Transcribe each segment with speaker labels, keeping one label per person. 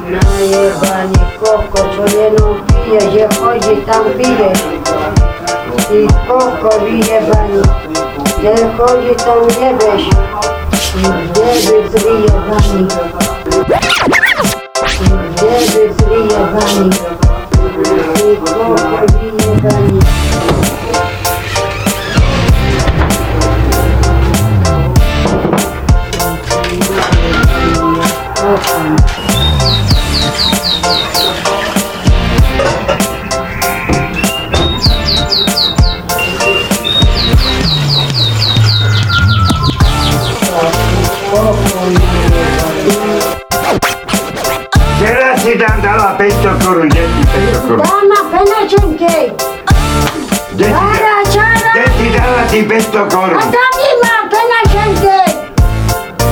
Speaker 1: Najebanie koko, co jedną pije, gdzie chodzi tam pije I koko wyjebani, gdzie chodzi tam jebesz Jeby zryjebani Jeby zryjebani I koko wyjebani
Speaker 2: Teraz si tam dala 500 korún, kde si 500 korún?
Speaker 1: Dama penačenky,
Speaker 2: Kde si,
Speaker 1: para čara
Speaker 2: kde si dala si 500
Speaker 1: A
Speaker 2: korún?
Speaker 1: tam nie ma penačenky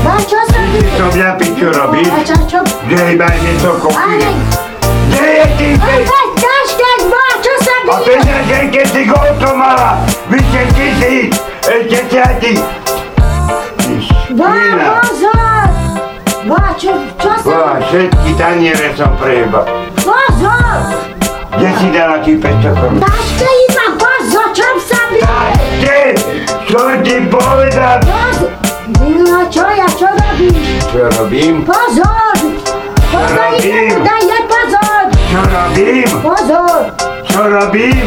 Speaker 1: Na čo sa ty?
Speaker 2: To mňa piču robí,
Speaker 1: A čo, čo?
Speaker 2: že iba niečo kopí.
Speaker 1: Ale
Speaker 2: Kde je ty
Speaker 1: Ale
Speaker 2: pe-
Speaker 1: kaž ten bol, čo sa
Speaker 2: A
Speaker 1: bije?
Speaker 2: peňaže, keď si koľko mala? Vyše tisíc, ešte ťati.
Speaker 1: Bol pozor! Bol, čo, čo sa...
Speaker 2: Boha, všetky taniere som prejebal.
Speaker 1: Pozor!
Speaker 2: Kde si dala ti 500 korún?
Speaker 1: Dášte im a pozor, čo sa bije?
Speaker 2: A ty, čo ti povedal?
Speaker 1: Pozor! No čo ja, čo robíš?
Speaker 2: Čo robím?
Speaker 1: Pozor! Pozor,
Speaker 2: Robím.
Speaker 1: idem daje pozor!
Speaker 2: Čo robím?
Speaker 1: Pozor!
Speaker 2: Co robím?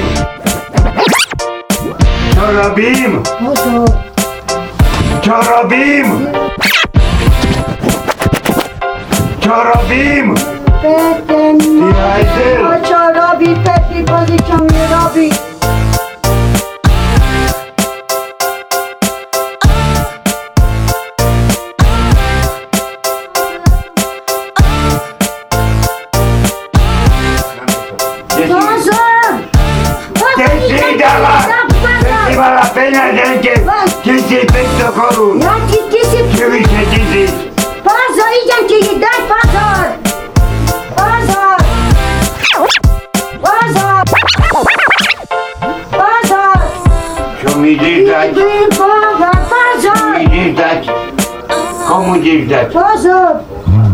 Speaker 2: Co robím?
Speaker 1: Pozor!
Speaker 2: Co robím? Co robím?
Speaker 1: Pepe, no,
Speaker 2: Jajzel.
Speaker 1: no čo robí Pepi, pozri čo mi robí. Pozor!
Speaker 2: Ty
Speaker 1: Pozor,
Speaker 2: si
Speaker 1: idem
Speaker 2: dala! Ty si
Speaker 1: zapazor!
Speaker 2: mala peňaženke! 1500 korún!
Speaker 1: Ja ti, ty si...
Speaker 2: Či vyše tisíc?
Speaker 1: Pozor, idem ti dať pozor! Pozor! Pozor! Pozor!
Speaker 2: Čo mi ideš dať?
Speaker 1: Idem pozor!
Speaker 2: Čo
Speaker 1: Pozor!
Speaker 2: mi ideš dať? Komu ideš dať?
Speaker 1: Pozor!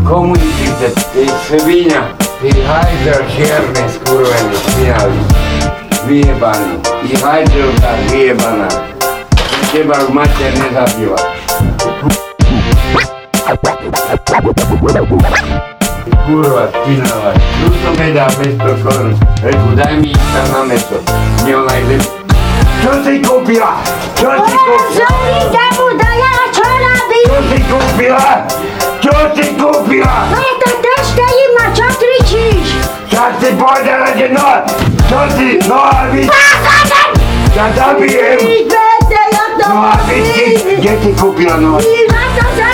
Speaker 2: Komu ideš dať? Ty svinia! Ty hajdel čierny skurvený svinavý. Vyjebaný. Ty hajdelka vyjebaná. Teba už mater nezabila. Kurva, spinava. Kruto mi dá 500 korun. Reku, daj mi ísť tam na meso. Nie ona ide. Čo si kúpila? Čo si kúpila?
Speaker 1: Pozor, idem mu daja, čo robí?
Speaker 2: Čo si kúpila? Čo si kúpila?
Speaker 1: Pepe, też te ima, čo kričíš?
Speaker 2: Čak si povedala, že no, čo si, no a vy,
Speaker 1: Pozor!
Speaker 2: ja zabijem,
Speaker 1: Idete, ja to
Speaker 2: no a vy si,
Speaker 1: robím!
Speaker 2: kde si kúpila no?
Speaker 1: I na to za